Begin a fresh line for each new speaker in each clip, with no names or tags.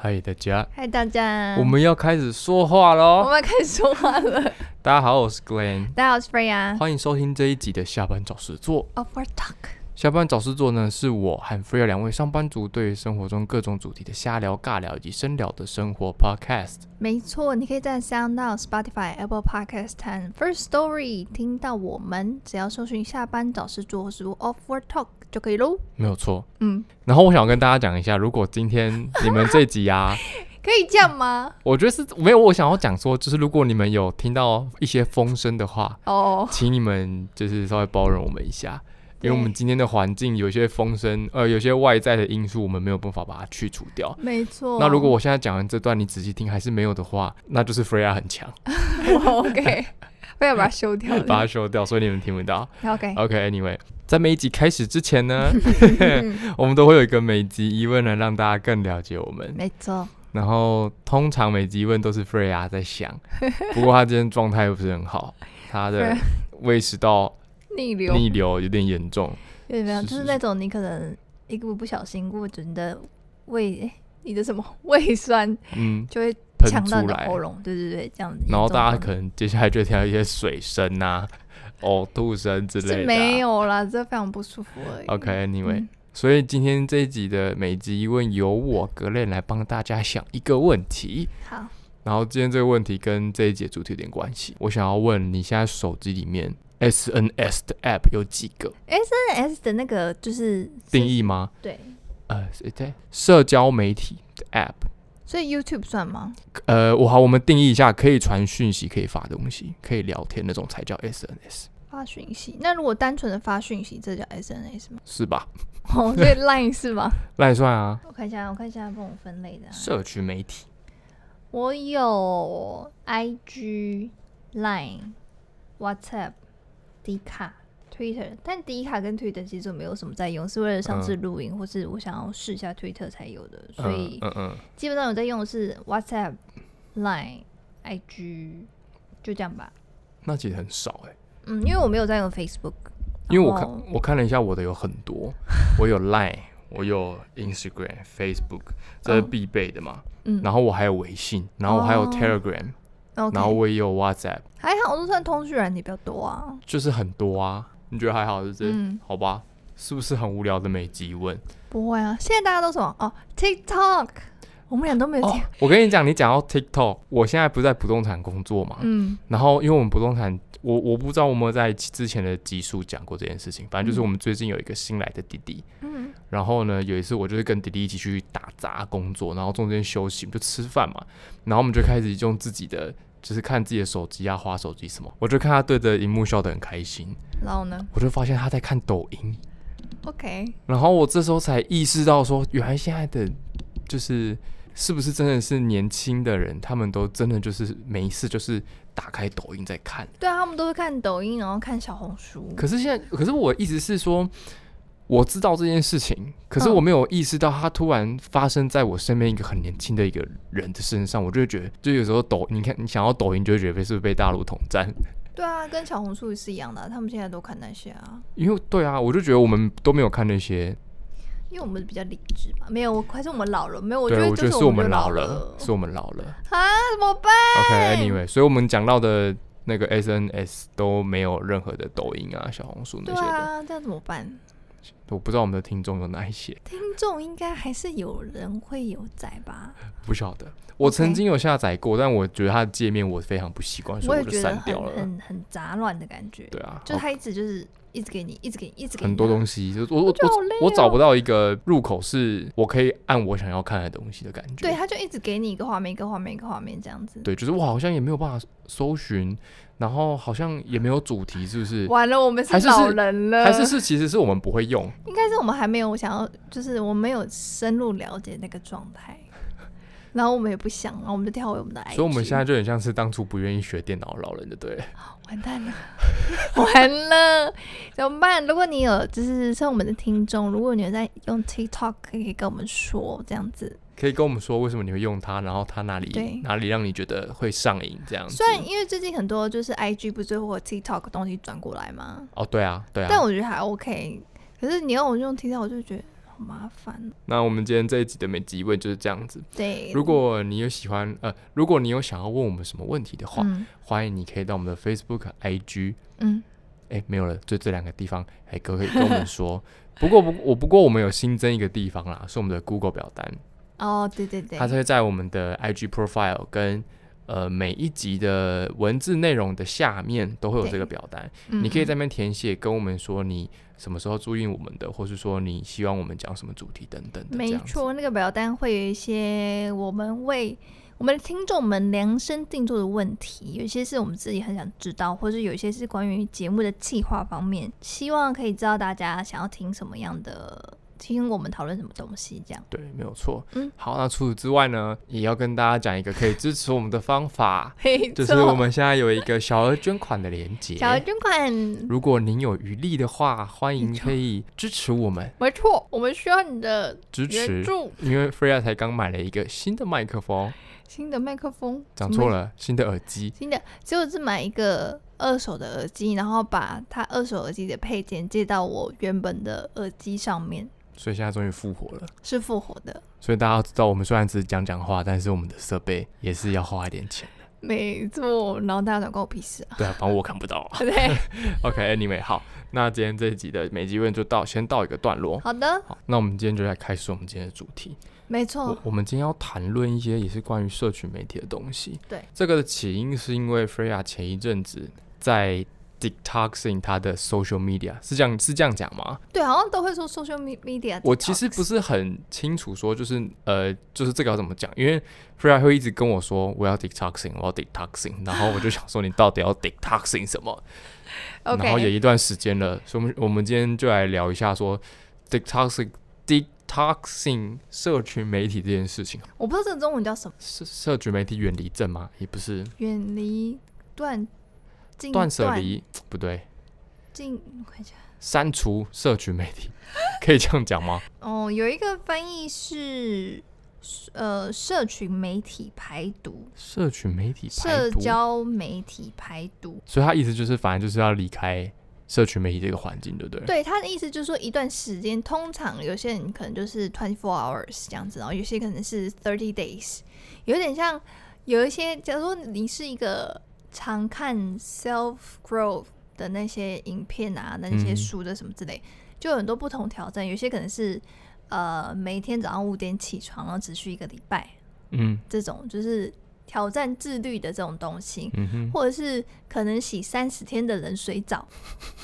嗨，大家，
嗨，大家，
我们要开始说话
我
喽！
们开始说话了。
大家好，我是 Glenn，
大家好，我是 Freya。
欢迎收听这一集的下班找事做。
Of our talk，
下班找事做呢，是我和 Freya 两位上班族对于生活中各种主题的瞎聊、尬聊以及深聊的生活 Podcast。
没错，你可以在 Sound On、Spotify、Apple Podcast 和 First Story 听到我们，只要搜寻“下班找事做”或是 “Of our talk” 就可以喽。
没有错。
嗯，
然后我想跟大家讲一下，如果今天你们这集啊，
可以这样吗？
我觉得是没有，我想要讲说，就是如果你们有听到一些风声的话，
哦，
请你们就是稍微包容我们一下，因为我们
对
今天的环境有些风声，呃，有些外在的因素，我们没有办法把它去除掉。
没错。
那如 果我现在讲完这段，你仔细听还是没有的话，那就是 Freya 很强，
我哦 OK，我要把它修掉。
把它修掉，所以你们听不到。
OK，
OK，Anyway，、在每一集开始之前呢， 我们都会有一个每集疑问来让大家更了解我们。
没错，
然后通常每集问都是 Freya 在想，不过她今天状态又不是很好，她的
Freya
胃食道
逆流
逆流有点严重。
有没有？
是
就是是
是
那种你可能一个不小心，或者你的胃，诶你的什么胃酸
嗯，
就会
喷
呛到
出
你的
来
喉，咙，对对对，这样子。
然后大家可能接下来就会听到一些水声呐、呕吐声之类的、啊
是没。有啦，这非常不舒服而已。
OK，Anyway，、
嗯
所以今天这一集的每集疑问由我格雷来帮大家想一个问题，
好，
然后今天这个问题跟这一节主题有点关系，我想要问你现在手机里面 SNS 的 App 有几个？
哎那 S 的那个就是
定，义吗？
对，
呃，是对，社交媒体的 App。
所以 YouTube 算吗？
呃，我好，我们定义一下，可以传讯息，可以发东西，可以聊天那种才叫 SNS，
发讯息，那如果单纯的发讯息，这叫 SNS 吗？
是吧？
哦，所以 Line 是吗？
那也算啊，
我看一下，我看一下帮我分类的啊、
社群媒体。
我有 IG、Line、WhatsApp、迪卡、Twitter，但迪卡跟 Twitter 其实我没有什么在用，是为了上次
嗯
录音、或是我想要试一下 Twitter 才有的，所以、
嗯嗯嗯，
基本上我在用的是 WhatsApp、Line、IG，就这样吧。
那其实很少哎、
嗯，因为我没有在用 Facebook，
因为我
然
看
后
我看了一下我的有很 多，我有 Line，我有 Instagram、Facebook，这是
嗯
必备的嘛。
嗯
然后我还有微信，然后我还有
哦
Telegram，、
OK，
然后我也有 WhatsApp，
还好，我都算通讯软体比较多啊。
就是很多啊。你觉得还好是不是？
嗯，
好吧，是不是很无聊的每集问？
不会啊，现在大家都什么哦，TikTok，我们俩都没有
哦
TikTok，、，
我跟你讲，你讲到 TikTok，我现在不是在不动产工作嘛，
嗯，
然后因为我们不动产，我我不知道我有没有在之前的集数讲过这件事情，反正就是
嗯
我们最近有一个新来的弟弟，
嗯，
然后呢，有一次我就是跟弟弟一起去打杂工作，然后中间休息就吃饭嘛，然后我们就开始用自己的。就是看自己的手机啊，划手机什么，我就看他对着荧幕笑得很开心，
然后呢
我就发现他在看抖音，
？OK，
然后我这时候才意识到说，原来现在的就是是不是真的是年轻的人，他们都真的就是没事就是打开抖音在看。
对啊，他们都会看抖音，然后看小红书。
可是现在，可是我意思是说，我知道这件事情，可是
嗯
我没有意识到它突然发生在我身边一个很年轻的一个人的身上，我就会觉得，就有时候抖，你看你想要抖音，就会觉得是不是被大陆统战？
对啊，跟小红书是一样的啊、他们现在都看那些啊，
因为对啊，我就觉得我们都没有看那些，
因为我们比较理智嘛。没有，我还是我们老了，没有，我觉
对，
得
我觉
就
得是我们老
老
了，是我们老了。
啊，怎么办？
OK，Anyway，、所以我们讲到的那个 SNS 都没有任何的抖音啊、小红书那
对
些的，
啊，这样怎么办？
我不知道我们的听众有哪一些，
听众应该还是有人会有在吧？
不晓得。我
OK
曾经有下载过但我觉得它的界面我非常不习惯，所
我
以
也
我就
觉得
删
很
掉了。
很很杂乱的感觉，
对啊，
就
好
他一直就是一直给你，一直给你，一直给你
很多
西。
东西，就是我我
我觉得好累
我我找
哦
不到一个入口是我可以按我想要看的东西的感觉。
对，他就一直给你一个画面，一个画面，一个画面这样子。
对，就是我好像也没有办法搜寻，然后好像也没有主题，是不是？
完了，我们
还是是
老人了，
还是是其实是我们不会用，
应该是我们还没有想要，就是我们没有深入了解那个状 态，然后我们也不想，然后我们就跳回我们的 IG。
所以我们现在就很像是当初不愿意学电脑的老人，就对了。
完蛋了， 完了，怎么办？如果你有就是像我们的听众，如果你有在用 TikTok，可以跟我们说这样子。
可以跟我们说为什么你会用它，然后它哪
对
里哪里让你觉得会上瘾这样子
虽。然因为最近很多就是 IG 不是或 TikTok 的东西转过来嘛，
哦，对啊，对啊，
但我觉得还 OK。可是你要我用 TikTok，我就觉得好麻烦。
那我们今天这一集的每集问就是这样子。
对，
如果你有喜欢呃，如果你有想要问我们什么问题的话，
嗯
欢迎你可以到我们的 Facebook、IG，
嗯，
哎，没有了，就这两个地方，哎，可不可以跟我们说。 不过不，我不过我们有新增一个地方啦，是我们的 Google 表单，
哦，对对对
它，会在我们的 IG profile 跟呃每一集的文字内容的下面都会有这个
对
表单，
嗯
你可以在
嗯
那边填写，跟我们说你什么时候注意我们的，或是说你希望我们讲什么主题等等的。
没，错，那个表单会有一些我们为我们的听众们量身定做的问题，有一些是我们自己很想知道，或者有一些是关于节目的计划方面，希望可以知道大家想要听什么样的，听我们讨论什么东西这样。
对，没有错。
嗯，
好，那除此之外呢，也要跟大家讲一个可以支持我们的方法
没
就是我们现在有一个小额捐款的连接。
小额捐款，
如果您有余力的话，欢迎
没错
可以支持我们，
没错，我们需要你的
支
援
持。
助。
因为 Freya 才刚买了一个新的麦克风，
新的麦克风，
讲
怎么
错了，新的耳机。
新的，只有是买一个二手的耳机，然后把它二手耳机的配件接到我原本的耳机上面，
所以现在终于复活了。
是复活的。
所以大家要知道，我们虽然只是讲讲话，但是我们的设备也是要花一点钱。
没错，然后大家想关我屁事啊？
对啊，反正我看不到 啊。
对，
OK，Anyway，、好，那今天这一集的每集问就到先到一个段落。
好的，
好，那我们今天就来开始我们今天的主题。
没
我
错，
我们今天要谈论一些也是关于社群媒体的东西。
对，
这个的起因是因为 Freya 前一阵子在 detoxing 她的 social media，是这样是这样讲吗？
对，好像都会说 social me- media。
我其实不，是很清楚，说就是呃，就是这个要怎么讲，因为 Freya 会一直跟我说我要 detoxing，我要 detoxing，然后我就想说你到底要 detoxing 什么？然后也
OK，
一段时间了，所以我们我们今天就来聊一下说 detoxing detoxing 社群媒体这件事情，
我不知道这个中文叫什么，
社社群媒体远离症吗？也不是，
远离断近
断舍离不对，
近，我看一下，
删除社群媒体， 可以这样讲吗？
哦，有一个翻译是呃，社群媒体排毒。
社群媒体排
社
毒，
交媒体排毒。
所以他意思就是反正就是要离开社群媒体这个环境，对不对？
对他的意思就是说，一段时间，通常有些人可能就是 twenty four hours 这样子，然后有些可能是 thirty days，有点像有一些，假如说你是一个常看 self growth 的那些影片啊，那些
嗯
书的什么之类，就有很多不同挑战，有些可能是呃每天早上五点起床，然后持续一个礼拜，
嗯
这种就是挑战自律的这种东西。
嗯哼，
或者是可能洗三十天的冷水澡，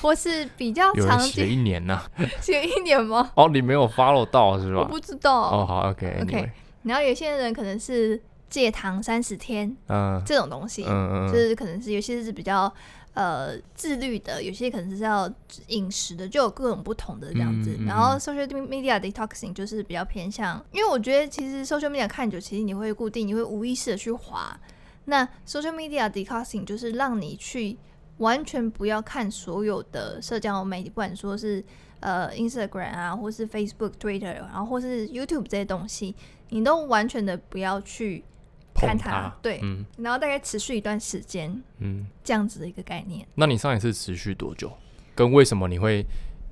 或是比较
有
常
人写
见
一年呐、
写一年吗？
哦，你没有 follow 到是
我
吧？
不知道。
哦，好，OK，anyway，、
OK 然后有些人可能是戒糖三十天
嗯
这种东西，
嗯嗯
就
嗯，
是可能是有些是比较呃自律的，有些可能是要饮食的，就有各种不同的这样子。
嗯嗯嗯
然后 social media detoxing 就是比较偏向，因为我觉得其实 social media 看久，其实你会固定，你会无意识的去滑。那 social media detoxing 就是让你去完全不要看所有的社交媒体，不管说是呃 Instagram 啊，或是 Facebook、Twitter，然后或是 YouTube 这些东西，你都完全的不要去
碰
看它
它，
对，
嗯
然后大概持续一段时间，
嗯。
这样子的一个概念。
那你上一次持续多久？跟为什么你会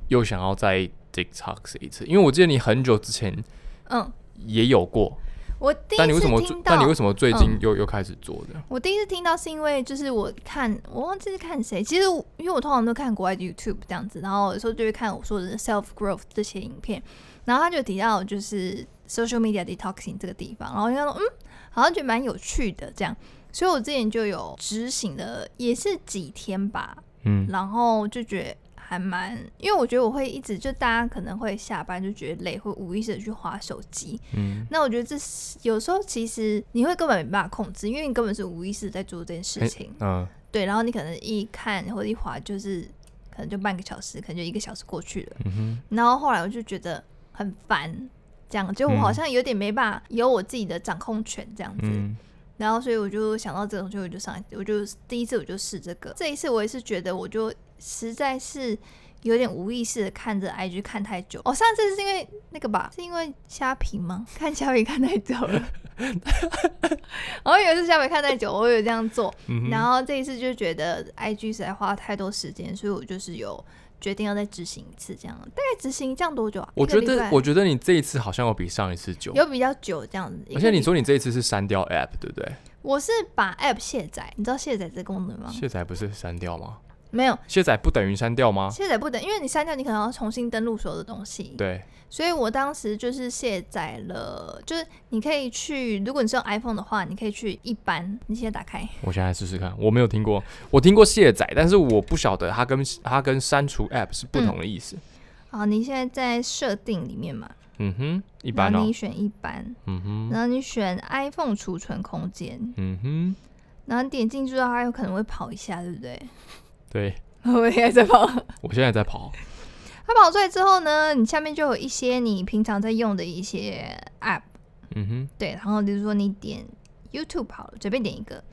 又想要再 detox 一次？因为我记得你很久之前
嗯，
也有过，
我第
但你
一
为什
次
么最
听到
但你，为什么最近
嗯
又、又开始做的？
我第一次听到是因为就是我看，我忘记是看谁。其实我因为我通常都看国外的 YouTube 这样子，然后有时候就会看我说的 self growth 这些影片，然后他就提到就是 social media detoxing 这个地方，然后我就想说嗯，好像觉得蛮有趣的这样。所以我之前就有执行了，也是几天吧，
嗯
然后就觉得还蛮，因为我觉得我会一直就大家可能会下班就觉得累，会无意识的去划手机。
嗯，
那我觉得这是有时候其实你会根本没办法控制，因为你根本是无意识在做这件事
哎
情。
嗯
对，然后你可能一看或者一划就是可能就半个小时，可能就一个小时过去了。
嗯哼，
然后后来我就觉得很烦，这样就我好
嗯
像有点没办法有我自己的掌控权这样子。
嗯
然后所以我就想到这种，所以我就上一，我就第一次我就试这个，这一次我也是觉得我就实在是有点无意识的看着 IG 看太久。哦，上次是因为那个吧，是因为虾皮吗？看虾皮看太久了。 然后有一次虾皮看太久，我有这样做，
嗯哼，
然后这一次就觉得 IG 实在花太多时间，所以我就是有决定要再执行一次，这样大概执行这样多久啊？
我觉
一个礼
得
拜，
我觉得你这一次好像要比上一次久，
有比较久这样子。一
而
个
且你
礼
说你这一次是删掉 app，对不对？
我是把 app 卸载，你知道卸载这功能吗？
卸载不是删掉吗？
没有，
卸载不等于删掉吗？
卸载不等，因为你删掉，你可能要重新登录所有的东西。
对，
所以我当时就是卸载了，就是你可以去，如果你是用 iPhone 的话，你可以去一般，你现在打开。
我现在试试看，我没有听过，我听过卸载，但是我不晓得它跟它跟删除 app 是不同的意思。
好，啊你现在在设定里面嘛，
嗯哼，一
一
般
然
哦
后你，选一般，
嗯哼，
然后你选 iPhone 储存空间，
嗯哼，
然后你点进去的话，它有可能会跑一下，对不对？
对
我也在跑。
我现在在跑，
它跑出来之后呢，你下面就有一些你平常在用的一些 App。
嗯哼，
对，然后比如说你点 YouTube 好了，随便点一个，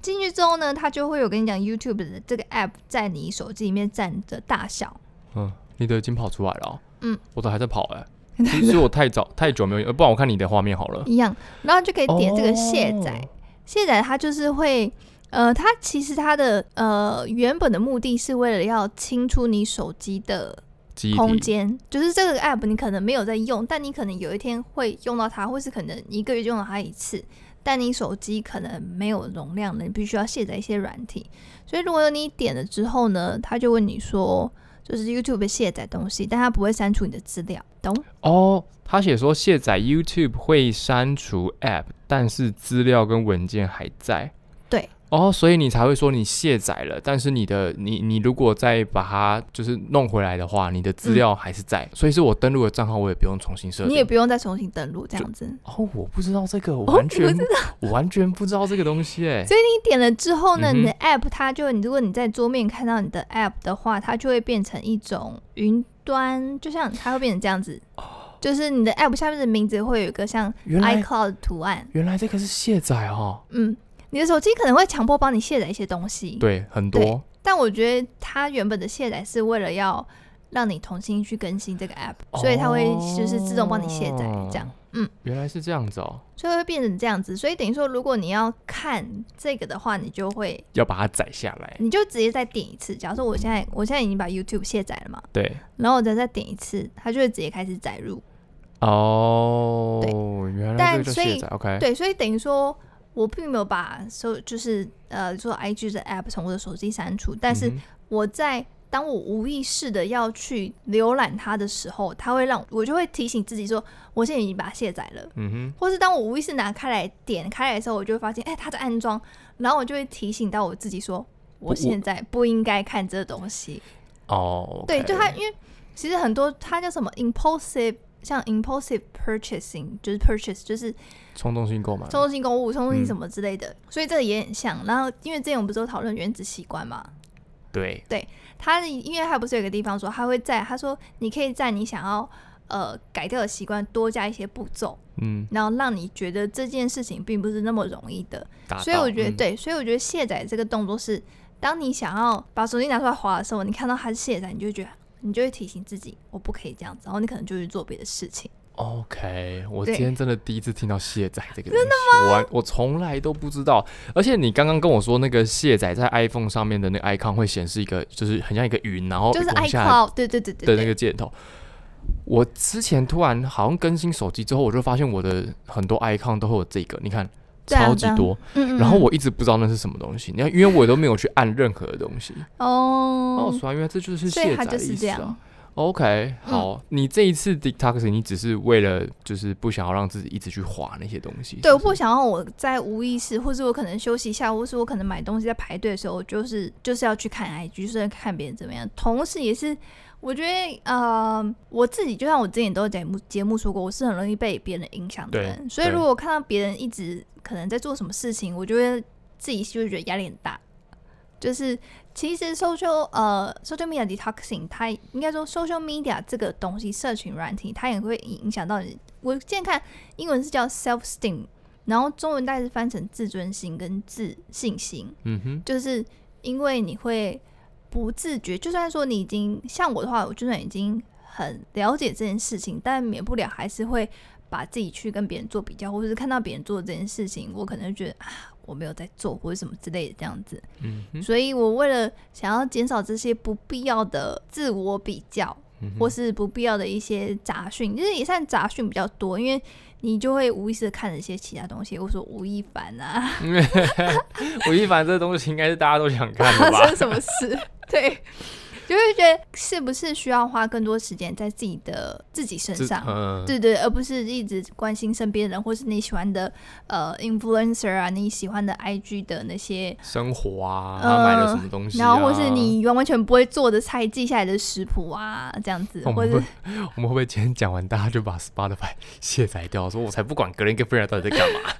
进去之后呢，它就会有跟你讲 YouTube 的这个 app 在你手机里面占的大小。
嗯，你都已经跑出来了哦、
嗯，
我都还在跑 哎、其实我太早太久没有用，呃不然我看你的画面好了。
一样，然后就可以点这个卸载。
哦
卸载它就是会，呃，它其实它的呃原本的目的是为了要清出你手机的
记忆
空
体，
间，就是这个 app 你可能没有在用，但你可能有一天会用到它，或是可能一个月就用到它一次，但你手机可能没有容量了，你必须要卸载一些软体。所以如果你点了之后呢，它就问你说，就是 YouTube 卸载东西，但它不会删除你的资料，懂？
哦，他写说卸载 YouTube 会删除 App，但是资料跟文件还在。
对。
哦，所以你才会说你卸载了，但是你的你你如果再把它就是弄回来的话，你的资料还是在，所以是我登录的账号，我也不用重新设定。
嗯你也不用再重新登录这样子。哦
哦，我不知道这个，我完全、我完全不知道这个东西哎。
所以你点了之后呢，
嗯哼
你的 app 它就，你如果你在桌面看到你的 app 的话，它就会变成一种云端，就像它会变成这样子，就是你的 app 下面的名字会有一个像
原来
iCloud 的图案，
原来这个是卸载哦，
嗯，你的手机可能会强迫帮你卸载一些东西，
对，很
嗯对
多。
但我觉得它原本的卸载是为了要让你重新去更新这个 app，、所以它会就是自动帮你卸载这样
哦。原来是这样子哦，
所以会变成这样子，所以等于说，如果你要看这个的话，你就会
要把它载下来。
你就直接再点一次。假如说我现在我现在已经把 YouTube 卸载了嘛，
对，
然后我再再点一次，它就会直接开始载入。
哦，原来
但
这个叫
所
卸
以
载，OK，
对，所以等于说我并没有把手就是呃说 IG 的 app 从我的手机删除，但是
嗯哼
我在当我无意识的要去浏览它的时候，它会让我就会提醒自己说，我现在已经把它卸载了。
嗯哼，
或是当我无意识拿开来点开来的时候，我就会发现，哎、它在安装，然后我就会提醒到我自己说，
我
我现在不应该看这东西。
哦，
对，就它，
他，
因为其实很多它叫什么 impulsive，像 impulsive purchasing，就是 purchase，就是
冲动性购买，
冲动性购物、冲动性
嗯
什么之类的，所以这个也很像。然后因为之前我们不是有讨论原子习惯嘛，
对，
它因为它不是有一个地方说它会在，他说你可以在你想要呃改掉的习惯多加一些步骤，
嗯，
然后让你觉得这件事情并不是那么容易的。
达
所以
到
我觉得、
嗯
对，所以我觉得卸载这个动作是，当你想要把手机拿出来划的时候，你看到它是卸载，你就会觉得。你就会提醒自己，我不可以这样子，然后你可能就去做别的事情。
OK，我今
对
天真的第一次听到卸载这个真的吗？我完我从来都不知道。而且你刚刚跟我说那个卸载在 iPhone 上面的那个 icon 会显示一个，就是很像哦一个云，然后
就是
往下
iCloud，对对对对
的
对，
那个箭头。我之前突然好像更新手机之后，我就发现我的很多 icon 都会有这个，你看
对啊
超级
对啊
多。
嗯嗯
然后
嗯
我一直不知道那是什么东西，你看，因为我都没有去按任何的东西。哦，
哦，
所以原来这就是
所
卸载
以它
的
就是
意
这
思
样嗯
啊。。OK，好，你这一次 detoxing，你只是为了就是不想要让自己一直去划那些东西。
对，
是
我
不
不
是
想要我在无意识，或是我可能休息一下，或是我可能买东西在排队的时候，我就是就是要去看 IG，就是要看别人怎么样。同时，也是我觉得呃，我自己就像我之前都有节目节目说过，我是很容易被别人影响的
对
人，所以
对
如果我看到别人一直可能在做什么事情，我就会自己就会觉得压力很大。就是其实 social 呃 social media detoxing，它应该说 social media 这个东西，社群软体，它也会影响到你。我现在看英文是叫 self esteem，然后中文大概是翻成自尊心跟自信心，
嗯哼，
就是因为你会不自觉，就算说你已经像我的话，我就算已经很了解这件事情，但免不了还是会把自己去跟别人做比较，或者是看到别人做这件事情，我可能就觉得啊，我没有在做，或者什么之类的这样子。
嗯哼，
所以我为了想要减少这些不必要的自我比较，
嗯哼
或是不必要的一些杂讯，就是也算杂讯比较多，因为你就会无意识的看了一些其他东西，或者说吴亦凡啊，
吴亦凡这东西应该是大家都想看
发
的 吧？
生什么事，对，就会觉得是不是需要花更多时间在自己的自己身
这
上，
嗯，
对对，而不是一直关心身边人，或是你喜欢的呃 influencer 啊，你喜欢的 IG 的那些，
生活啊，
呃
他买了什么东西、啊，
然后或是你完完全不会做的菜记下来的食谱啊，这样子，
我
或
们
者
会我们会不会今天讲完，大家就把 Spotify 卸载掉？说我才不管格林跟菲尔到底在干嘛。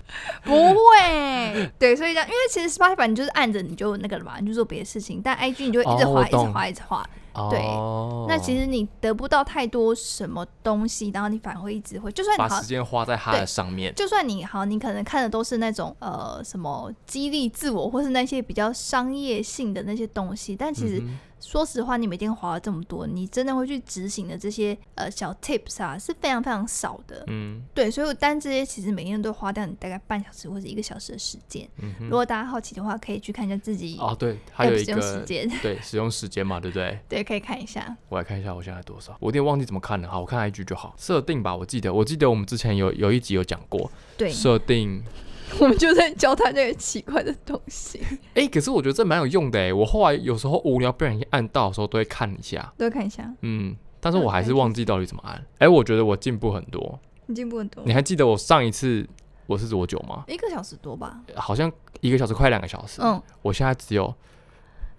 不会，对，所以这样，因为其实 Spotify 你就是按着你就那个了嘛，你就做别的事情，但 IG 你就会一直
哦
滑、
我
一直
懂
滑，一直滑，对
哦、
那其实你得不到太多什么东西，然后你反而会一直会，就算你
把
好
时，间花在他
对
的上面，
就算你好，你可能看的都是那种呃什么激励自我，或是那些比较商业性的那些东西，但其实、
嗯
说实话，你每天划了这么多，你真的会去执行的这些呃小 tips 啊，是非常非常少的。
嗯
对，所以我单这些其实每天都花掉你大概半小时或者一个小时的时间。
嗯
如
哼，
果大家好奇的话，可以去看一下自己
哦对，还有
app
一
使用时
个
间，
对使用时间嘛，对不对？
对，可以看一下。
我来看一下我现在多少，我有点忘记怎么看了，好，我看 IG 就好。设定吧，我记得我记得我们之前有有一集有讲过
对，
设定，
我们就在教他那个奇怪的东西，
哎、可是我觉得这蛮有用的哎，我后来有时候无聊不小心按到的时候都会看一下，
都看一下，
嗯，但是
那
我还
还
是
是
忘记到底怎么按。哎、我觉得我进步很多。
你进步很多
你，还记得我上一次我是多久吗？
一个小时多吧。
好像一个小时快两个小时。
嗯，
我现在只有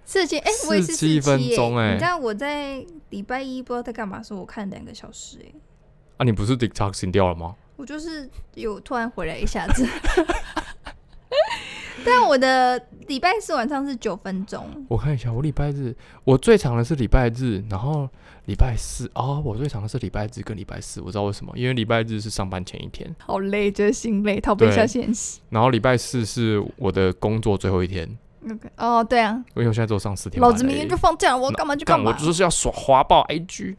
四七，哎、我也是
47分
47耶
钟哎
你知道我在礼拜一不知道在干嘛的时候，我看两个小时、哎，
啊，你不是 detoxing 掉了吗？
我就是有突然回来一下子。 但我的礼拜四晚上是九分钟，
我看一下，我礼拜日我最长的是礼拜日，然后礼拜四哦，我最长的是礼拜日跟礼拜四，我知道为什么，因为礼拜日是上班前一天，
好累，觉得心累，逃避一下现实。
然后礼拜四是我的工作最后一天，
OK，哦，对啊，
因为我现在只有上四天班而
老
已，
子明天就放假，我要干嘛就干
干，我
嘛。
就是要耍滑爆 IG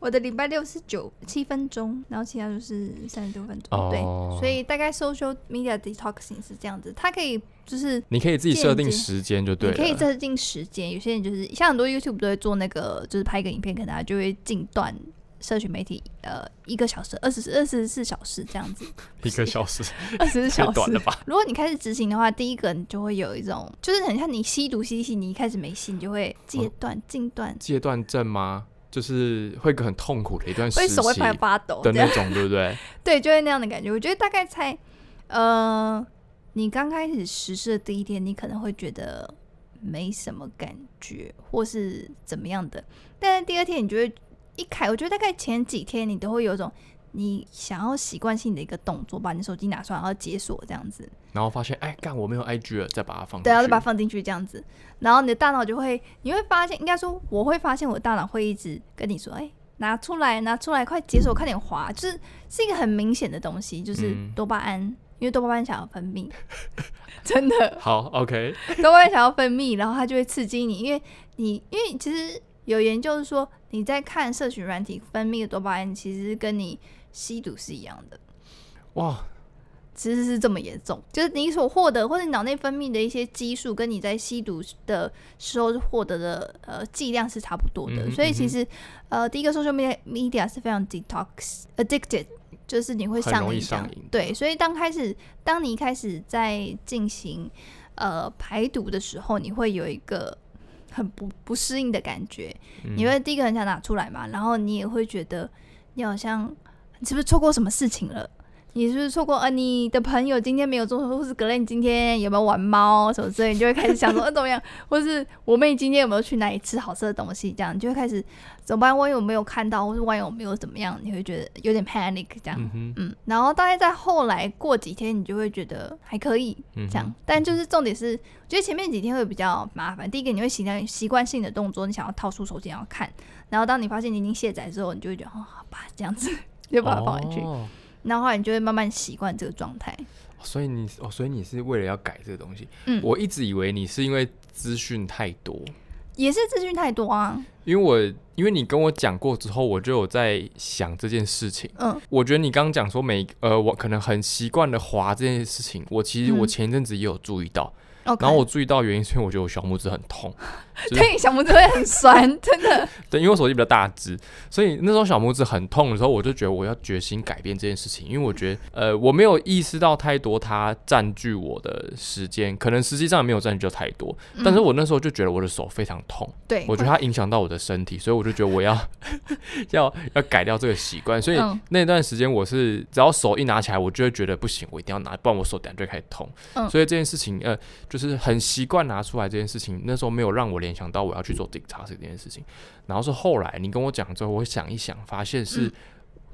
我的礼拜六是九七分钟，然后其他就是三十多分钟，对。
哦，
所以大概 social media detoxing 是这样子，它可以就是
你可以自己设定
间接
时间就对
你
了，
可以设定时间，有些人就是像很多 YouTube 都会做那个，就是拍一个影片，可能他就会禁断社群媒体，呃，一个小时、二十二十四小时这 样子，
一个小时
二
太
十四 小
短了
时。
吧？
如果你开始执行的话，第一个你就会有一种，就是很像你吸毒吸一吸，你一开始没吸，你就会
哦
戒断、禁断，
阶段症吗？就是会很痛苦的一段时
会
期
手会发发抖，
的
这样
那种，对不对？
对，就会那样的感觉。我觉得大概才，呃，你刚开始实施的第一天，你可能会觉得没什么感觉，或是怎么样的。但是第二天，你就会一开，我觉得大概前几天你都会有一种你想要习惯性的一个动作，把你手机拿出来，然后解锁这样子，
然后发现，哎，干，我没有 IG 了，再把它放
对，然
进
后就
去
把它放进去这样子，然后你的大脑就会，你会发现，应该说我会发现我的大脑会一直跟你说，哎、拿出来，拿出来，快解锁，快点滑，就是是一个很明显的东西，就是
嗯
多巴胺，因为多巴胺想要分泌， 真的，
好，OK，
多巴胺想要分泌，然后它就会刺激你，因为你，因为其实有研究是说，你在看社群软体分泌的多巴胺，其实跟你吸毒是一样的。
哇，
其实是这么严重，就是你所获得或者你脑内分泌的一些激素，跟你在吸毒的时候获得的呃剂量是差不多的。
嗯哼
所以
嗯
其
哼
实呃，第一个 social media media 是非常 detox addicted，就是你会
很
上
容易
瘾这样
上瘾
对，所以当开始当你开始在进行呃排毒的时候，你会有一个很不不适应的感觉。
嗯
你会第一个很想拿出来嘛，然后你也会觉得你好像你是不是错过什么事情了？你是不是错过呃你的朋友今天没有做，或是格雷你今天有没有玩猫什么之类，你就会开始想说呃怎么 样，或是我妹今天有没有去哪里吃好吃的东西，这样你就会开始怎么办？万一我没有看到，或是万一我没有怎么样，你会觉得有点 panic 这样。
嗯哼，
嗯，然后大概在后来过几天，你就会觉得还可以
嗯哼
这样。但就是重点是，我觉得前面几天会比较麻烦。第一个，你会习惯习惯性的动作，你想要掏出手机然后看，然后当你发现你已经卸载之后，你就会觉得哦，好吧，这样子就把它放回去。
哦
然后后来你就会慢慢习惯这个状态。
所以你，哦，所以你是为了要改这个东西，
嗯
我一直以为你是因为资讯太多，
也是资讯太多啊。
因为我因为你跟我讲过之后，我就有在想这件事情。
嗯
我觉得你刚刚讲说每呃，我可能很习惯的滑这件事情，我其实
嗯
我前一阵子也有注意到，
，OK。
然后我注意到原因，所以我觉得我小拇指很痛， 就是
对小拇指会很酸，真的。
对，因为我手机比较大只，所以那时候小拇指很痛的时候，我就觉得我要决心改变这件事情，因为我觉得，呃，我没有意识到太多它占据我的时间，可能实际上也没有占据到太多， 但是
嗯
我那时候就觉得我的手非常痛，
对，
我觉得它影响到我的身体，所以我就觉得我要 要要改掉这个习惯，所以
嗯
那段时间我是只要手一拿起来，我就会觉得不行，我一定要拿，不然我手等下就会开始痛，
嗯
所以这件事情，呃，就是很习惯拿出来这件事情，那时候没有让我联想到我要去做 d i c t a s 这件事情，然后是后来你跟我讲之后，我想一想，发现是。
嗯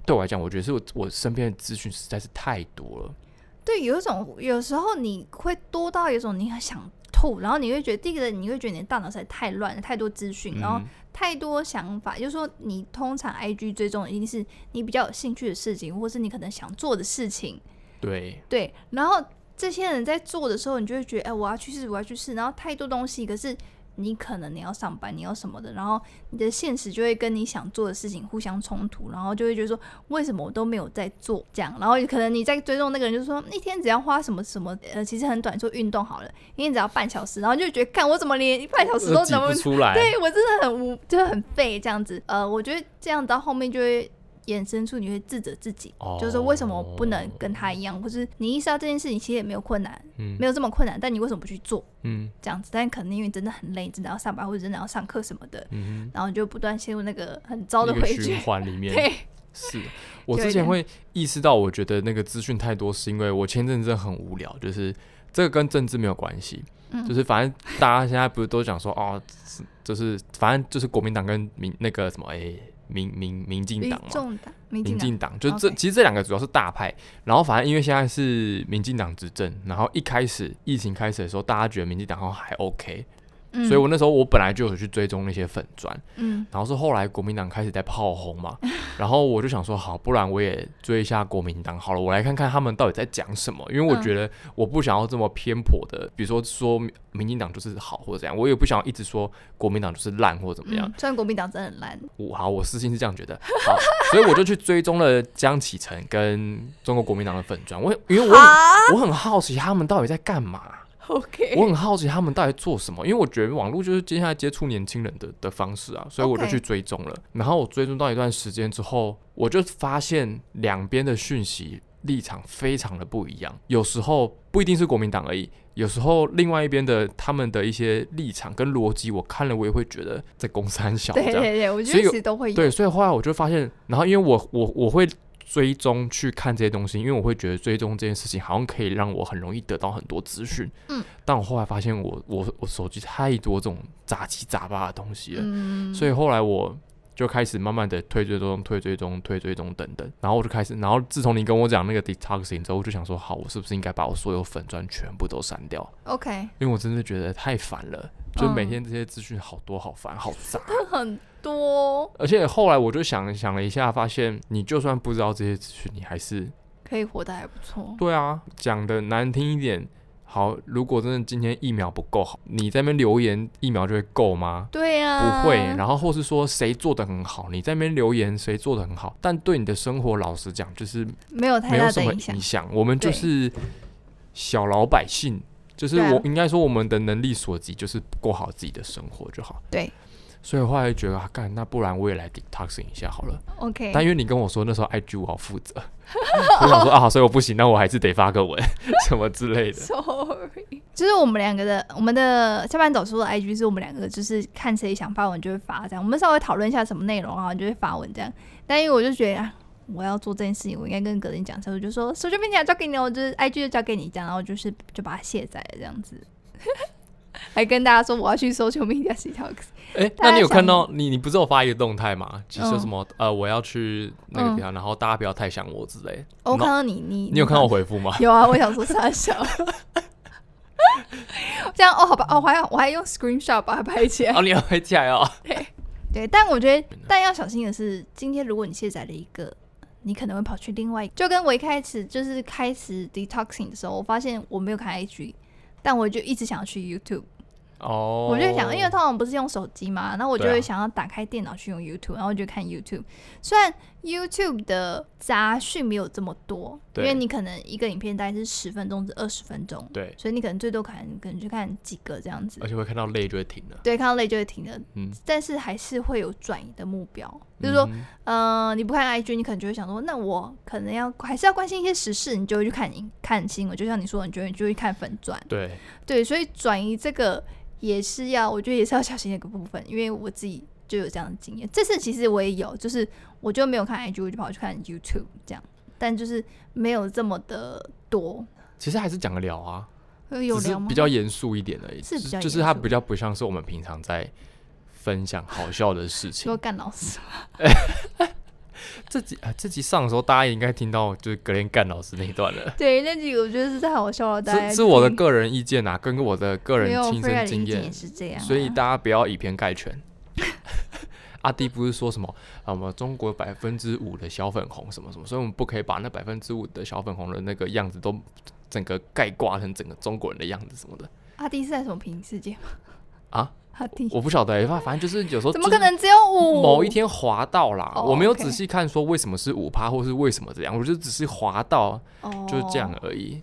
对我来讲，我觉得是我我身边的资讯实在是太多了。
对，有一种有时候你会多到有一种你很想吐，然后你会觉得第一个你会觉得你的大脑实在太乱了，太多资讯，然后
嗯
太多想法。就是说，你通常 IG 追踪的一定是你比较有兴趣的事情，或是你可能想做的事情。
对，
对，然后这些人在做的时候，你就会觉得，哎，我要去试，我要去试，然后太多东西，可是。你可能你要上班，你要什么的，然后你的现实就会跟你想做的事情互相冲突，然后就会觉得说，为什么我都没有在做这样？然后可能你在追踪那个人，就说一天只要花什么什么，呃，其实很短，说运动好了，一天只要半小时，然后就觉得，看我怎么连半小时都
我挤
怎么
呃不出来。
对我真的很无，就是很废这样子。呃，我觉得这样到后面就会衍生出你会自责自己，
哦
就是说为什么我不能跟他一样，或是你意识到这件事情其实也没有困难，
嗯
没有这么困难，但你为什么不去做
嗯
这样子？但可能因为你真的很累，你真的要上班或者真的要上课什么的，
嗯
然后你就不断陷入那个很
哼，
糟的
一个
回
循
圈。
环里面，
对，
是我
有
之
一
前
点
会意识到，我觉得那个资讯太多，是因为我前阵子很无聊，就是这个跟政治没有关系，
嗯
就是反正大家现在不是都讲说哦，是就是反正就是国民党跟民那个什么哎、民民民进
民
党嘛。
众党，啊民
民
进党，
进党就这
OK
其实这两个主要是大派，然后反正因为现在是民进党执政，然后一开始疫情开始的时候，大家觉得民进党好像还 OK，、
嗯
所以我那时候我本来就有去追踪那些粉砖，
嗯
然后是后来国民党开始在炮轰嘛，然后我就想说，好，不然我也追一下国民党好了，我来看看他们到底在讲什么，因为我
嗯
觉得我不想要这么偏颇的，比如说说民进党就是好或者怎样，我也不想要一直说国民党就是烂或怎么样。
嗯，虽然国民党真的很烂，
我好，我私心是这样觉得，好，所以我就去追踪了江启臣跟中国国民党的粉砖，我因为我很
啊
我很好奇他们到底在干嘛。我
，OK，
很好奇他们到底做什么，因为我觉得网络就是接下来接触年轻人的的方式啊，所以我就
OK
去追踪了。然后我追踪到一段时间之后，我就发现两边的讯息立场非常的不一样，有时候不一定是国民党而已。有时候，另外一边的他们的一些立场跟逻辑，我看了我也会觉得在公三小这
对
样。
对对，我觉
所
得
以有
其实都会有，
对，所以后来我就发现，然后因为我我我会追踪去看这些东西，因为我会觉得追踪这件事情好像可以让我很容易得到很多资讯。
嗯，
但我后来发现我我我手机太多这种杂七杂八的东西了，
嗯，
所以后来我。就开始慢慢的退追踪、退追踪、退追踪等等，然后我就开始，然后自从你跟我讲那个 detoxing 之后，我就想说，好，我是不是应该把我所有粉砖全部都删掉？
OK
因为我真的觉得太烦了，就每
嗯
天这些资讯好多、好烦、好杂。
很多
而且后来我就想想了一下，发现你就算不知道这些资讯，你还是
可以活得还不错。
对啊。讲的难听一点，好，如果真的今天疫苗不够好，你在那边留言疫苗就会够吗？
对啊呀、
不会。
呃
然后或是说谁做的很好，你在那边留言谁做的很好，但对你的生活，老实讲，就是
没有太
没有
大
什
的
么
影响
影。响。我们就是小老百姓，就是
对啊
我、应该说我们的能力所及，就是过好自己的生活就好。
对
所以后来就觉得啊，干，那不然我也来 detoxing 一下好了。
，OK，
但因为你跟我说那时候 IG 我要负责， 我想说啊，所以我不行，那我还是得发个文 什么之类 的。
Sorry，就是 我们两个的，我们的下班走出的 IG 是我们两个，就是看谁想发文就会发这样。我们稍微讨论一下什么内容，然啊后你就会发文这样。但因为我就觉得、啊、我要做这件事情，我应该跟格林讲，所以我就说 social media 交给你了，哦我就是 IG 就交给你这样，然后就是就把它卸载了这样子。 还跟大家说我要去 social media detox，
哎、
大
那
家
你有看
想
到你你不是有发一个动态吗？就说
嗯
什么、呃，我要去那个
嗯
地方，然后大家不要太想我之类。
哦我
那
看到你，你
你有看到我回复吗？
有啊，我想说傻笑。这样哦，好吧，哦，我还我还用 screenshot 把它拍起来。
哦，你要回起来哦。
对，但我觉得，但要小心的是，今天如果你卸载了一个，你可能会跑去另外一个。就跟我一开始就是开始 detoxing 的时候，我发现我没有看 IG，但我就一直想要去 YouTube，
哦，
我就想，因为通常不是用手机嘛，那我就
对
会
啊
想要打开电脑去用 YouTube，然后我就看 YouTube。虽然 YouTube 的杂讯没有这么多，因
对
为你可能一个影片大概是十分钟至二十分钟，
对，
所以你可能最多看可能就看几个这样子
而。且会看到泪就会停了。
对，看到累就会停了，
嗯
但是还是会有转移的目标，就是说，
嗯
呃，你不看 IG，你可能就会想说，那我可能要还是要关心一些时事，你就会去看影看新闻，就像你说的，你就会就会看粉钻，
对，
对，所以转移这个也是要，我觉得也是要小心的一个部分，因为我自己就有这样的经验。这次其实我也有，就是我就没有看 IG，我就跑去看 YouTube 这样，但就是没有这么的多。
其实还是讲得了啊，
呃有
只是
聊吗？
比较严肃一点而已，
是比较
就就是
严
它
肃
比较不像是我们平常在分享好笑的事情
说。干老师，
这集啊，这集上的时候，大家也应该听到就是格林干老师那一段 了。
对，那几个我觉得是太好笑了，大家
这是我的
听
个人意见啊，跟我的个
没
人
有
亲
Freya
身
的
经
意见也
验，
是这样啊、
所以大家不要以偏概全。 阿迪不是说什么啊，我们中国百分之五的小粉红什么什么，所以我们不可以把那百分之五的小粉红的那个样子都整个盖挂成整个中国人的样子什么 的。
阿弟是在什么平行世界吗？
啊，
阿弟
我不晓得、欸，反反正就是有时候
怎
就
么可
是
能只有五？
某一天滑到啦，
哦
我没有
OK
仔细看说为什么是五趴，或是为什么这样，我就只是滑到
哦，
就是这样而已。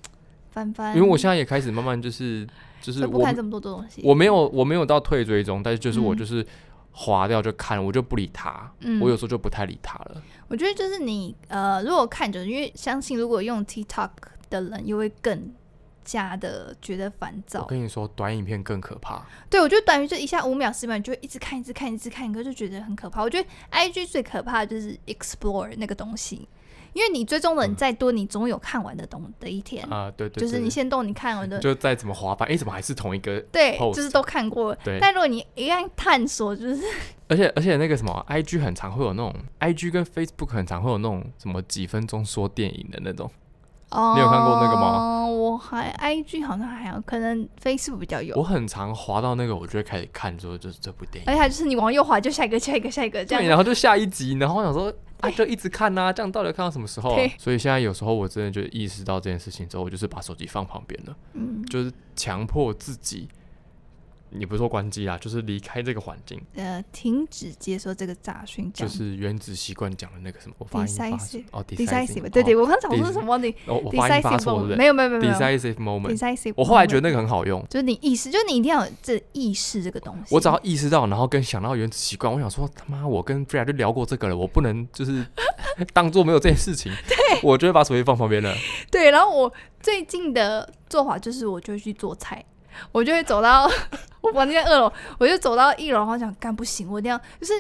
翻翻，
因为我现在也开始慢慢就是就是
嗯都不
我
看这么多东西，
我没有我没有到退追踪，但是就是我
嗯
就是划掉就看，我就不理他。
嗯
我有时候就不太理他了。
我觉得就是你呃，如果看着，因为相信如果用 TikTok 的人，又会更加的觉得烦
我
躁。
跟你说，短影片更可怕。
对，我觉得短于就一下五秒、十秒，你就会一直看、一直看、一直看，你就觉得很可怕。我觉得 IG 最可怕的就是 explore 那个东西，因为你追踪的人
嗯
再多，你总有看完的东的一天。
啊、对对对，
嗯就是你先动，你看完的，
就再怎么滑板，哎、怎么还是同一个？
对，
post
就是都看过了。
对，
但如果你一按探索，就是
而且而且那个什么，IG 很常会有那种，IG 跟 Facebook 很常会有那种什么几分钟说电影的那种。
哦，
你有看过那个吗
吗？我还 IG 好像还好，可能 Facebook 比较有
我。很常滑到那个，我就会开始看说就是这部电
而
影。
且它就是你往右滑就下一个、下一个、下一个这样
对，。然后就下一集，然后我想说啊，就一直看呐、这样到底要看到什么时候、啊
对？
所以现在有时候我真的就意识到这件事情之后，我就是把手机放旁边了，
嗯，
就是强迫自己，也不是说关机啊，就是离开这个环境，
呃，停止接收这个杂讯，这
就
样
是原子习惯讲的那个什么，我发音发错
Decisive
哦
decisive，对对，
哦
我刚讲我说什么？你
哦我发音
decisive
发错对不
moment，没
对
有没有没有没有
？decisive moment，
decisive。
我后来觉得
得，
那个很好用。
就是你意识，就是你一定要有这意识这个东西。
我只要意识到，然后跟想到原子习惯，我想说他妈，我跟 Freya 就聊过这个了，我不能就是当做没有这件事 情，我就会把手机放旁边了。
对，然后我最近的做法就是，我就会去做菜，我就会 走到我房间二楼，我就走到一楼，然后想干不行，我一定要就是。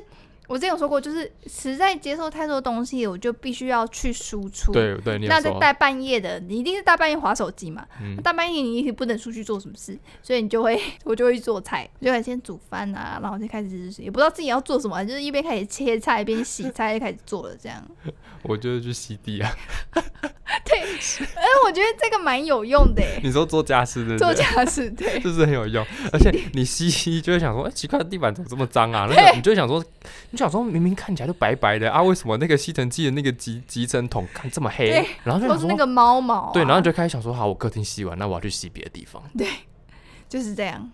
我之前有说过，就是实在接受太多东西，我就必须要去输出。
对对，你有
那在
说
大半夜的，你一定是大半夜划手机嘛？
嗯
大半夜你也不能出去做什么事，所以你就会 我就会去做菜，我就会先煮饭啊，然后就开始也不知道自己要做什么，就是一边开始切菜，一边洗菜，就开始做了这样。
我就是去吸地啊。
哎，我觉得这个蛮有用的耶，
你说做家 事对不
做
对？
家事对。
就是很有用，而且你吸吸就会想说，哎、奇怪，地板怎么这么脏啊？那个你就会想说，你想说明明看起来就白白的啊，为什么那个吸尘器的那个集集尘桶看这么黑
对？
然后就
都
想
是
说，
那个猫毛啊、
对，然后你就开始想说，好，我客厅吸完，那我要去吸别的地方，
就是这样，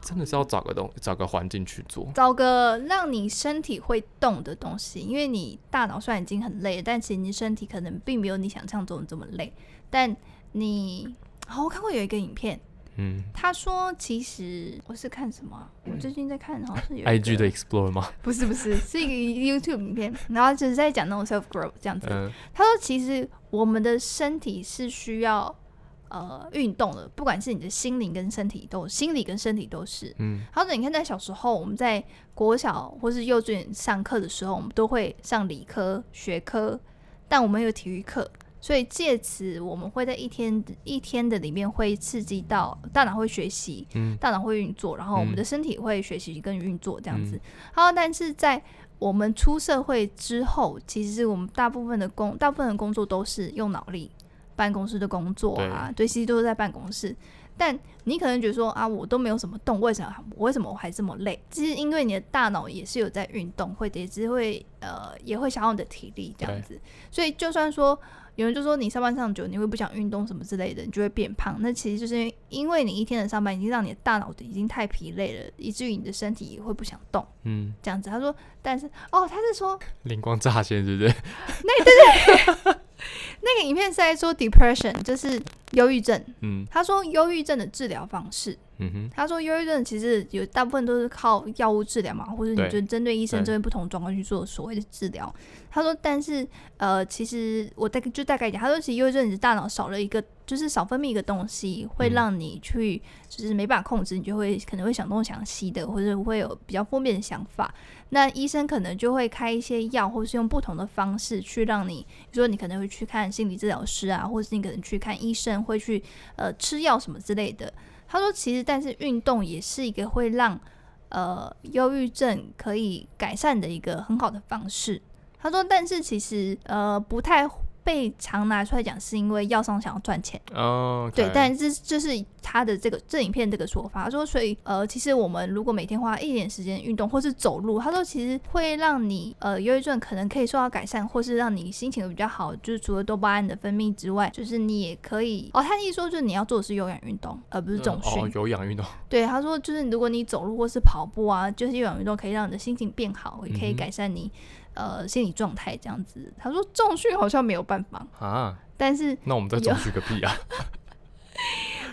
真的是要找个东找个环境去做。
找个让你身体会动的东西，因为你大脑虽然已经很累了，但其实你身体可能并没有你想象中的这么累。但你，哦好、我看过有一个影片，
嗯
他说：“其实我是看什么啊、我最近在看，好像是有一个
，IG 的 Explore 吗？
不是不是，是一个 YouTube 影片，然后就是在讲那种 self growth 这样子。
嗯，
他说，其实我们的身体是需要呃运动的，不管是你的心灵跟身体都，心理跟身体都是。
嗯，
他说，你看在小时候，我们在国小或是幼稚园上课的时候，我们都会上理科、学科，但我们有体育课，所以借此我们会在一天一天的里面会刺激到大脑会学习，
嗯
大脑会运作，然后我们
嗯
的身体会学习跟运作这样子
嗯。
然后、但是在我们出社会之后，其实我们大部分的工，大部分的工作都是用脑力，办公室的工作啊，对，其实都是在办公室。但你可能觉得说啊，我都没有什么动，为什么我为什么我还这么累？其实因为你的大脑也是有在运动，会也是会呃也会消耗你的体力这样子。所以就算说有人就说你上班上久，你会不想运动什么之类的，你就会变胖。那其实就是因为因为你一天的上班已经让你的大脑已经太疲累了，以至于你的身体也会不想动
嗯，
这样子。他说，但是哦，他是说
灵光乍现，是不是？
那个影片是在说 depression，就是忧郁症。
嗯
他说忧郁症的治疗方式，
嗯哼，
他说忧郁症其实有大部分都是靠药物治疗嘛，或者
对
你就针对医生
对
针对不同状况去做所谓的治疗。他说，但是呃，其实我大概就大概讲，他说其实忧郁症你的大脑少了一个，就是少分泌一个东西，会
嗯
让你去就是没办法控制，你就会可能会想东想西的，或者会有比较负面的想法。那医生可能就会开一些药，或是用不同的方式去让你，比如说你可能会去看心理治疗师啊，或是你可能去看医生，会去呃吃药什么之类的。他说，其实但是运动也是一个会让呃忧郁症可以改善的一个很好的方式。他说，但是其实呃不太被常拿出来讲，是因为药商想要赚钱。
哦，
对
OK，
但这这是他的这个这影片这个说法，他说所以呃，其实我们如果每天花一点时间运动或是走路，他说其实会让你呃忧郁症可能可以受到改善，或是让你心情比较好，就是除了多巴胺的分泌之外，就是你也可以哦，他的意思说就是你要做的是有氧运动，而不是重训。
哦，有氧运动，
对，他说就是如果你走路或是跑步啊，就是有氧运动可以让你的心情变好，也可以
嗯哼
改善你、呃心理状态这样子。他说重训好像没有办法，
啊，
但是
那我们再
有
总去个屁啊！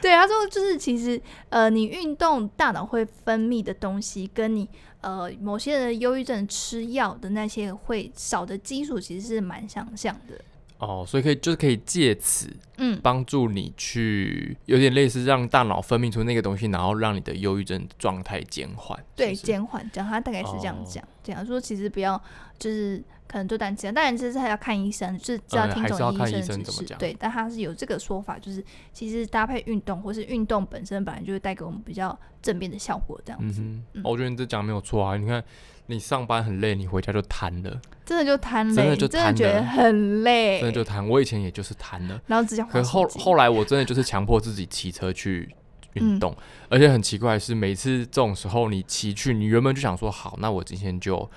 对，他说就是其实呃，你运动大脑会分泌的东西，跟你呃某些人的忧郁症吃药的那些会少的基础，其实是蛮相像的。
哦，所以可以就是可以借此
嗯，
帮助你去，有点类似让大脑分泌出那个东西，然后让你的忧郁症状态减缓。
对，
是不是
减缓这样，他大概是这样
哦
讲，这样说其实不要就是可能就单吃药，当然这是还要看医生，就是知道
嗯
听
还是要
懂
看
医
医
生
生
的指
怎么
示。
讲
对，但他是有这个说法，就是其实搭配运动或是运动本身本来就会带给我们比较正面的效果，这样
嗯
子、
哼，
嗯
哦我觉得你这讲得没有错啊！你看，你上班很累，你回家就瘫了，
真的就贪
真
累，
的就
真的
贪
觉得
了
很累，
真的就瘫。我以前也就是瘫了，
然后只想
可
滑
是后
手机
后来我真的就是强迫自己骑车去运动，而且很奇怪的是，每次这种时候你骑去，你原本就想说好，那我今天就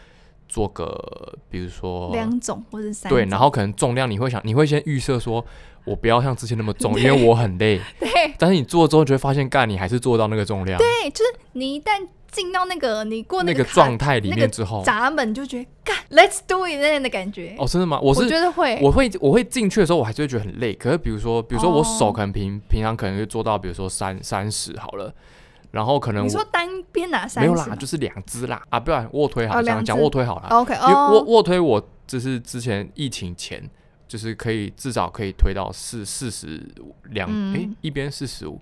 做个，比如说
两种或者三种
对，然后可能重量你会想，你会先预设说，我不要像之前那么重，因为我很累。
对
但是你做了之后，你就会发现，干，你还是做到那个重量，
对，哎就是你一旦进到那个你过
那
个
个
卡
状态里
那
面
个
之后，
闸门，就觉得干，Let's do it 那样的感觉。
哦，真的吗？我
我
是
觉得会，
我会我会进去的时候，我还是会觉得很累。可是比如说，比如说我
哦
手可能平、平常可能就做到，比如说三三十好了，然后可能
你说
我
单边拿三
没
十
有
吗，
啦，就是两只啦啊，不然卧推好
哦
了，讲、
两
讲
只
卧推好了，
OK
啊因为卧
哦，
卧推我就是之前疫情前就是可以至少可以推到四四十两
嗯
诶一边四十五，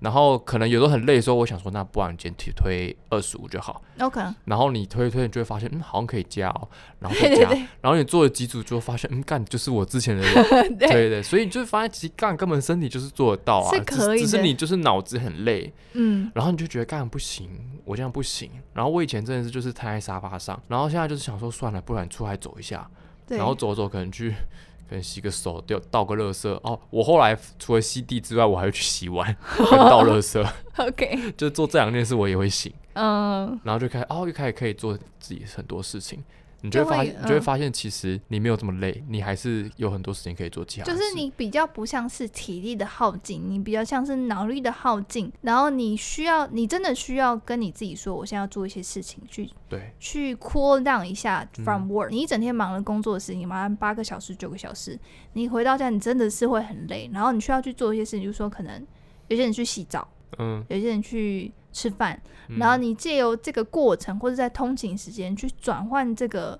然后可能有时候很累的时候，我想说那不然今天推二十五就好，
有可能
然后你推一推，你就会发现嗯好像可以加哦，然后
对
再
对
加，
对
然后你做了几组之后发现嗯干就是我之前的
对
对对，所以你就发现其实干根本身体就是做得到啊，
是
只
可以
只是
的
你就是脑子很累，
嗯，
然后你就觉得干不行，我这样不行。然后我以前真的是就是瘫在沙发上，然后现在就是想说算了，不然出来走一下，
对，
然后走走可能去 可能洗个手，掉倒个垃圾。哦，我后来除了吸地之外，我还会去洗 碗跟倒垃圾，
OK，
就做这两件事我也会醒，
嗯，
然后就开始哦，又开始可以做自己很多事情。你就
就
会发
会
现，你就会
嗯
发现，其实你没有这么累，你还是有很多事情可以做其他的
就
事。
是你比较不像是体力的耗尽，你比较像是脑力的耗尽，然后你需要，你真的需要跟你自己说，我现在要做一些事情去
对，
去 cool down 一下
嗯
from work。你一整天忙了工作的事情，忙八个小时、九个小时，你回到家你真的是会很累，然后你需要去做一些事情，就是说可能有些人去洗澡，
嗯，
有些人去吃饭，
嗯
然后你借由这个过程或者在通勤时间去转换这个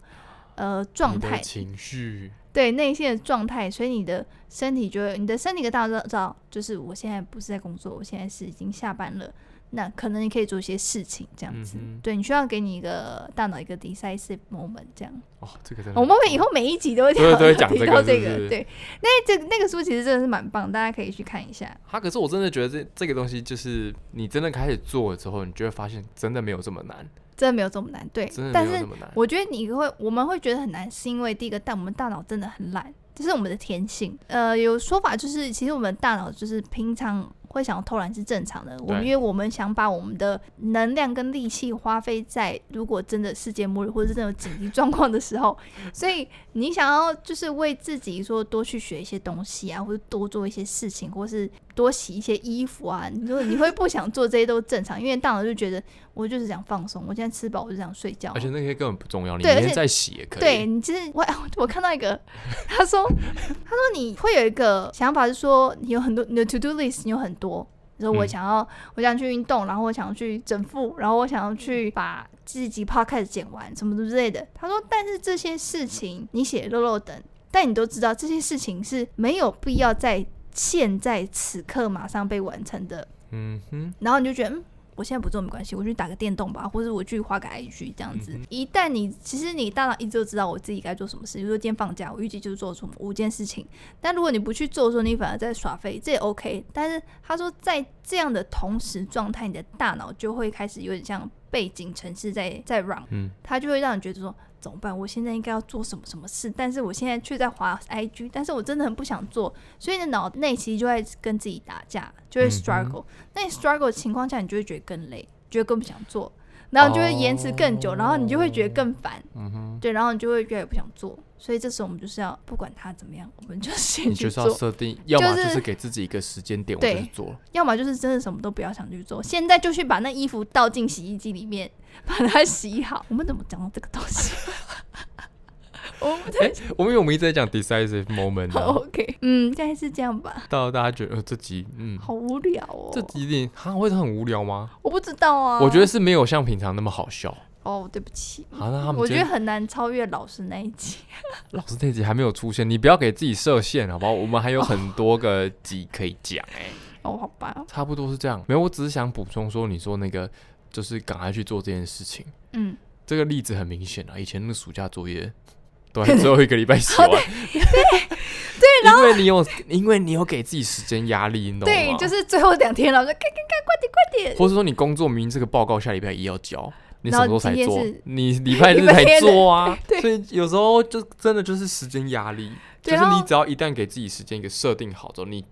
呃状
你的
态，
情绪，
对内心的状态，所以你的身体就会，你的身体跟大脑知道，就是我现在不是在工作，我现在是已经下班了。那可能你可以做一些事情，这样子，
嗯哼
对你需要给你一个大脑一个 decisive moment，这样。
哦，这个真的
我
很
们
重
会以后每一集都会
对
讲
都会讲
提
这
到
个
这
是不
个，
是
对，那这个那个书其实真的是蛮棒，大家可以去看一下。
他可是我真的觉得这这个东西，就是你真的开始做了之后，你就会发现真的没有这么难，
真的没有这么难，对
真。的
但
没有
是
这么难。
我觉得你会，我们会觉得很难，是因为第一个，但我们大脑真的很懒，这是我们的天性。呃，有说法就是，其实我们大脑就是平常会想要偷懒是正常的。我
对
们因为我们想把我们的能量跟力气花费在如果真的世界末日或者是那种紧急状况的时候， 所以你想要就是为自己说多去学一些东西啊，或者多做一些事情，或是多洗一些衣服啊，你说你会不想做这些都正常，因为大脑就觉得我就是想放松，我现在吃饱我就想睡觉
而。且那些根本不重要，你
对
明
而
天
且
再洗也可以。
对，你就是我，我看到一个，他说，他说你会有一个想法是说，你有很多你的 to do list，你有很多，你说我
嗯
想要、我想去运动，然后我想要去整腹，然后我想要去把自己 podcast 剪完，什么之类的。他说，但是这些事情你写肉肉等，但你都知道这些事情是没有必要在现在此刻马上被完成的，
嗯哼，
然后你就觉得，嗯，我现在不做没关系，我去打个电动吧，或者我去划个 IG 这样子。
嗯哼
一旦你其实你大脑一直都知道我自己该做什么事，比如说今天放假，我预计就是做什么五件事情。但如果你不去做的时候，你反而在耍废，这也 OK。但是他说，在这样的同时状态，你的大脑就会开始有点像背景城市在在 run，
嗯，
它就会让你觉得说。怎么办？我现在应该要做什么什么事？但是我现在却在滑 IG，但是我真的很不想做，所以你的脑内其实就在跟自己打架，就会
嗯哼
struggle。那你 struggle 的情况下，你就会觉得更累，觉得更不想做，然后你就会延迟更久，
哦
然后你就会觉得更烦，
嗯哼，
对，然后你就会越来越不想做。所以这时候我们就是要不管它怎么样，我们就 先
你
去
就是要
做，
设定，要么就
就
是是给自己一个时间点，我就
对
去做。
要么就是真的什么都不要想去做，现在就去把那衣服倒进洗衣机里面，把它洗好。我们怎么讲到这个东西？ 我们不太
哎、我们因为我们一直在讲 decisive moment，、
好
啊、
OK，嗯，大概是这样吧。
到大家觉得、呃、这集嗯，
好无聊哦，
这集一定哈会很无聊吗？
我不知道啊。
我觉得是没有像平常那么好笑。
哦，对不起，
好，那他们
我
今
觉
天
得很难超越老师那一集。
老师那集还没有出现，你不要给自己设限，好不好？我们还有很多个集可以讲、哎、
哦，好吧，
差不多是这样。没有，我只是想补充说，你说那个就是赶快去做这件事情，
嗯，
这个例子很明显啊。以前那个暑假作业都在最后一个礼拜写
哦
完，对 对，因为你有，因为你有给自己时间压力，你懂吗？
对，就是最后两天，老师说，快快快，快点快点。
或是说你工作明明这个报告下礼拜一要交，你什么时候才
然后
做
今天是？
你礼拜日
礼拜
才
天的，
做啊
对
所以有时候就真的就是时间压力，就
对
是
然后
你只要一旦给自己时间一个设定好之后，你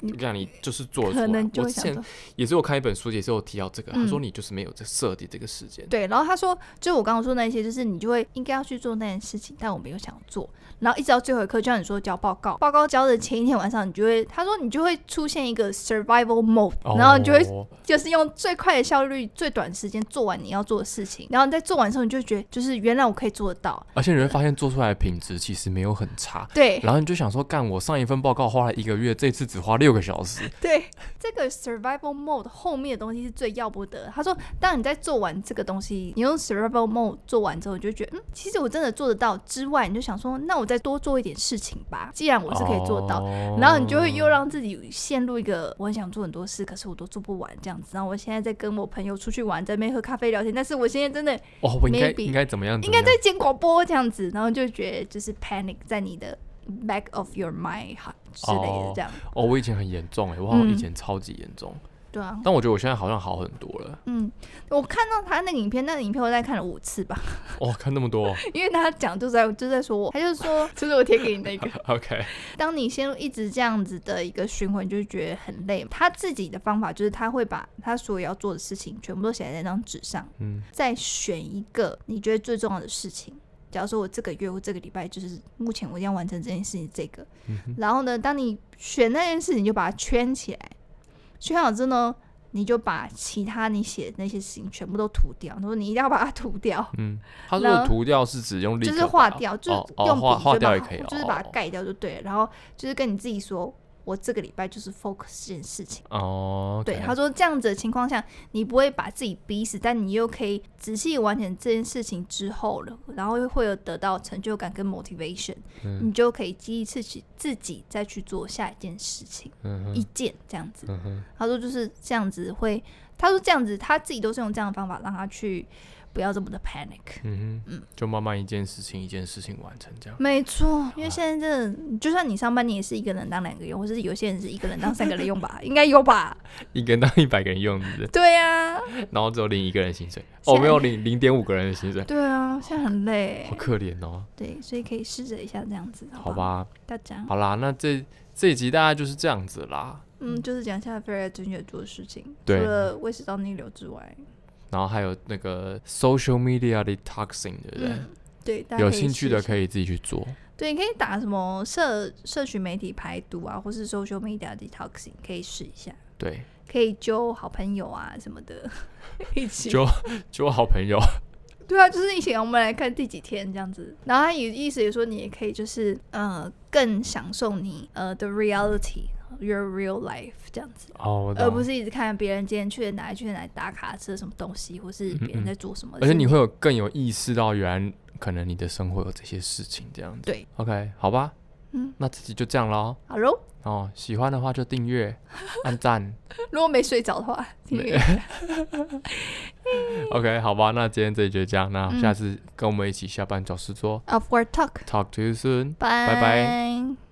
你
让你就是做得出
可
来
能。就
我
会
之
想
前
到，
也是有看一本书，也是有提到这个，他
嗯
说你就是没有在设定这个时间，
对。然后他说，就我刚刚说那些，就是你就会应该要去做那件事情，但我没有想做。然后一直到最后一刻，就像你说交报告，报告交的前一天晚上，你就会，他说你就会出现一个 survival mode，、然后你就会
哦
就是用最快的效率、最短时间做完你要做的事情，然后你在做完之后，你就觉得就是原来我可以做得到，
而且你会发现做出来的品质其实没有很差。
对
然后你就想说，干我上一份报告花了一个月，这次只花六个小时，
对，这个 survival mode 后面的东西是最要不得的。他说，当你在做完这个东西，你用 survival mode 做完之后，你就觉得嗯，其实我真的做得到。之外，你就想说，那我再多做一点事情吧，既然我是可以做到。
哦
然后你就会又让自己陷入一个我很想做很多事，可是我都做不完这样子。然后我现在在跟我朋友出去玩，在那边喝咖啡聊天，但是我现在真的
哦，我应该
maybe
应该怎么样？
应该
怎么
在
样
剪广播这样子，然后就觉得就是 panic 在你的 back of your mind 哈之类的这样，
哦，我以前很严重哎、我好像以
嗯
前超级严重，
对啊，
但我觉得我现在好像好很多了。
嗯，我看到他那个影片，那个影片我大概看了五次吧，
哦，看那么多
因为他讲就在就在说我，他就说 就是我贴给你那个，
，OK，
当你陷入一直这样子的一个循环，你就会觉得很累。他自己的方法就是他会把他所有要做的事情全部都写在那张纸上，
嗯，
再选一个你觉得最重要的事情。假如说我这个月或这个礼拜，就是目前我一定要完成这件事情，这个。
嗯哼
然后呢，当你选那件事，你就把它圈起来。圈好之后呢，你就把其他你写的那些事情全部都涂掉。他说你一定要把它涂掉，
嗯，他说的
那
涂掉是指用力，
就是划掉，就是
哦哦
用
划
笔
划
就
掉
把
也
它
可以哦，
就是把它盖掉就对了。然后就是跟你自己说，我这个礼拜就是 focus 这件事情。
哦，
对，他
说
说这样子的情况下，你不会把自己逼死，但你又可以仔细完成这件事情之后了，然后又会有得到成就感跟 motivation，、
嗯
你就可以激励自己自己再去做下一件事情，
嗯
一
哼，
件这样子。
嗯哼，
他说就是这样子会，他说这样子他自己都是用这样的方法让他去不要这么的 panic。
嗯哼
嗯，
就慢慢一件事情一件事情完成这样。
没错，啊因为现在真的，就算你上班，你也是一个人当两个用，或者是有些人是一个人当三个人用吧， 应该有吧？
一个人当一百个人用， 是不是？
对呀、啊，
然后只有领一个人薪 水，
现
哦，
在
没有领零点五个人的薪水，
对啊，现在很累
好，可怜哦。
对，所以可以试着一下这样子，
好
吧？
吧，
大家，
好啦，那这这一集大概就是这样子啦。
嗯，就是讲一下 Vera 最近在做的事情，除
对
了胃食道逆流之外，
然后还有那个 social media detoxing，对不对？
嗯，对，大家
有
可以
兴趣的
试试
可以自己去做。
对，你可以打什么社社群媒体排毒啊，或是 social media detoxing，可以试一下，
对，
可以揪好朋友啊什么的 一起。
揪就好朋 友，
对啊，就是一起我们来看第几天这样子。然后他也意思也说，你也可以就是呃更享受你呃的 reality。Your real life 这样子，
哦，我懂
而不是一直看别人今天去了哪里去了哪里打卡吃了什么东西，或是别
嗯嗯
人在做什么。
而且你
是
会有更有意识到，原来可能你的生活有这些事情这样子。
对
，OK，好吧，
嗯，
那这集就这样喽。
好喽，
哦，喜欢的话就订 阅、按赞。
如果没睡着的话，听
没
一下
OK，好吧，那今天这集就这样。那
嗯
下次跟我们一起下班找事做。
Upward Talk，
Talk to you soon。
拜
拜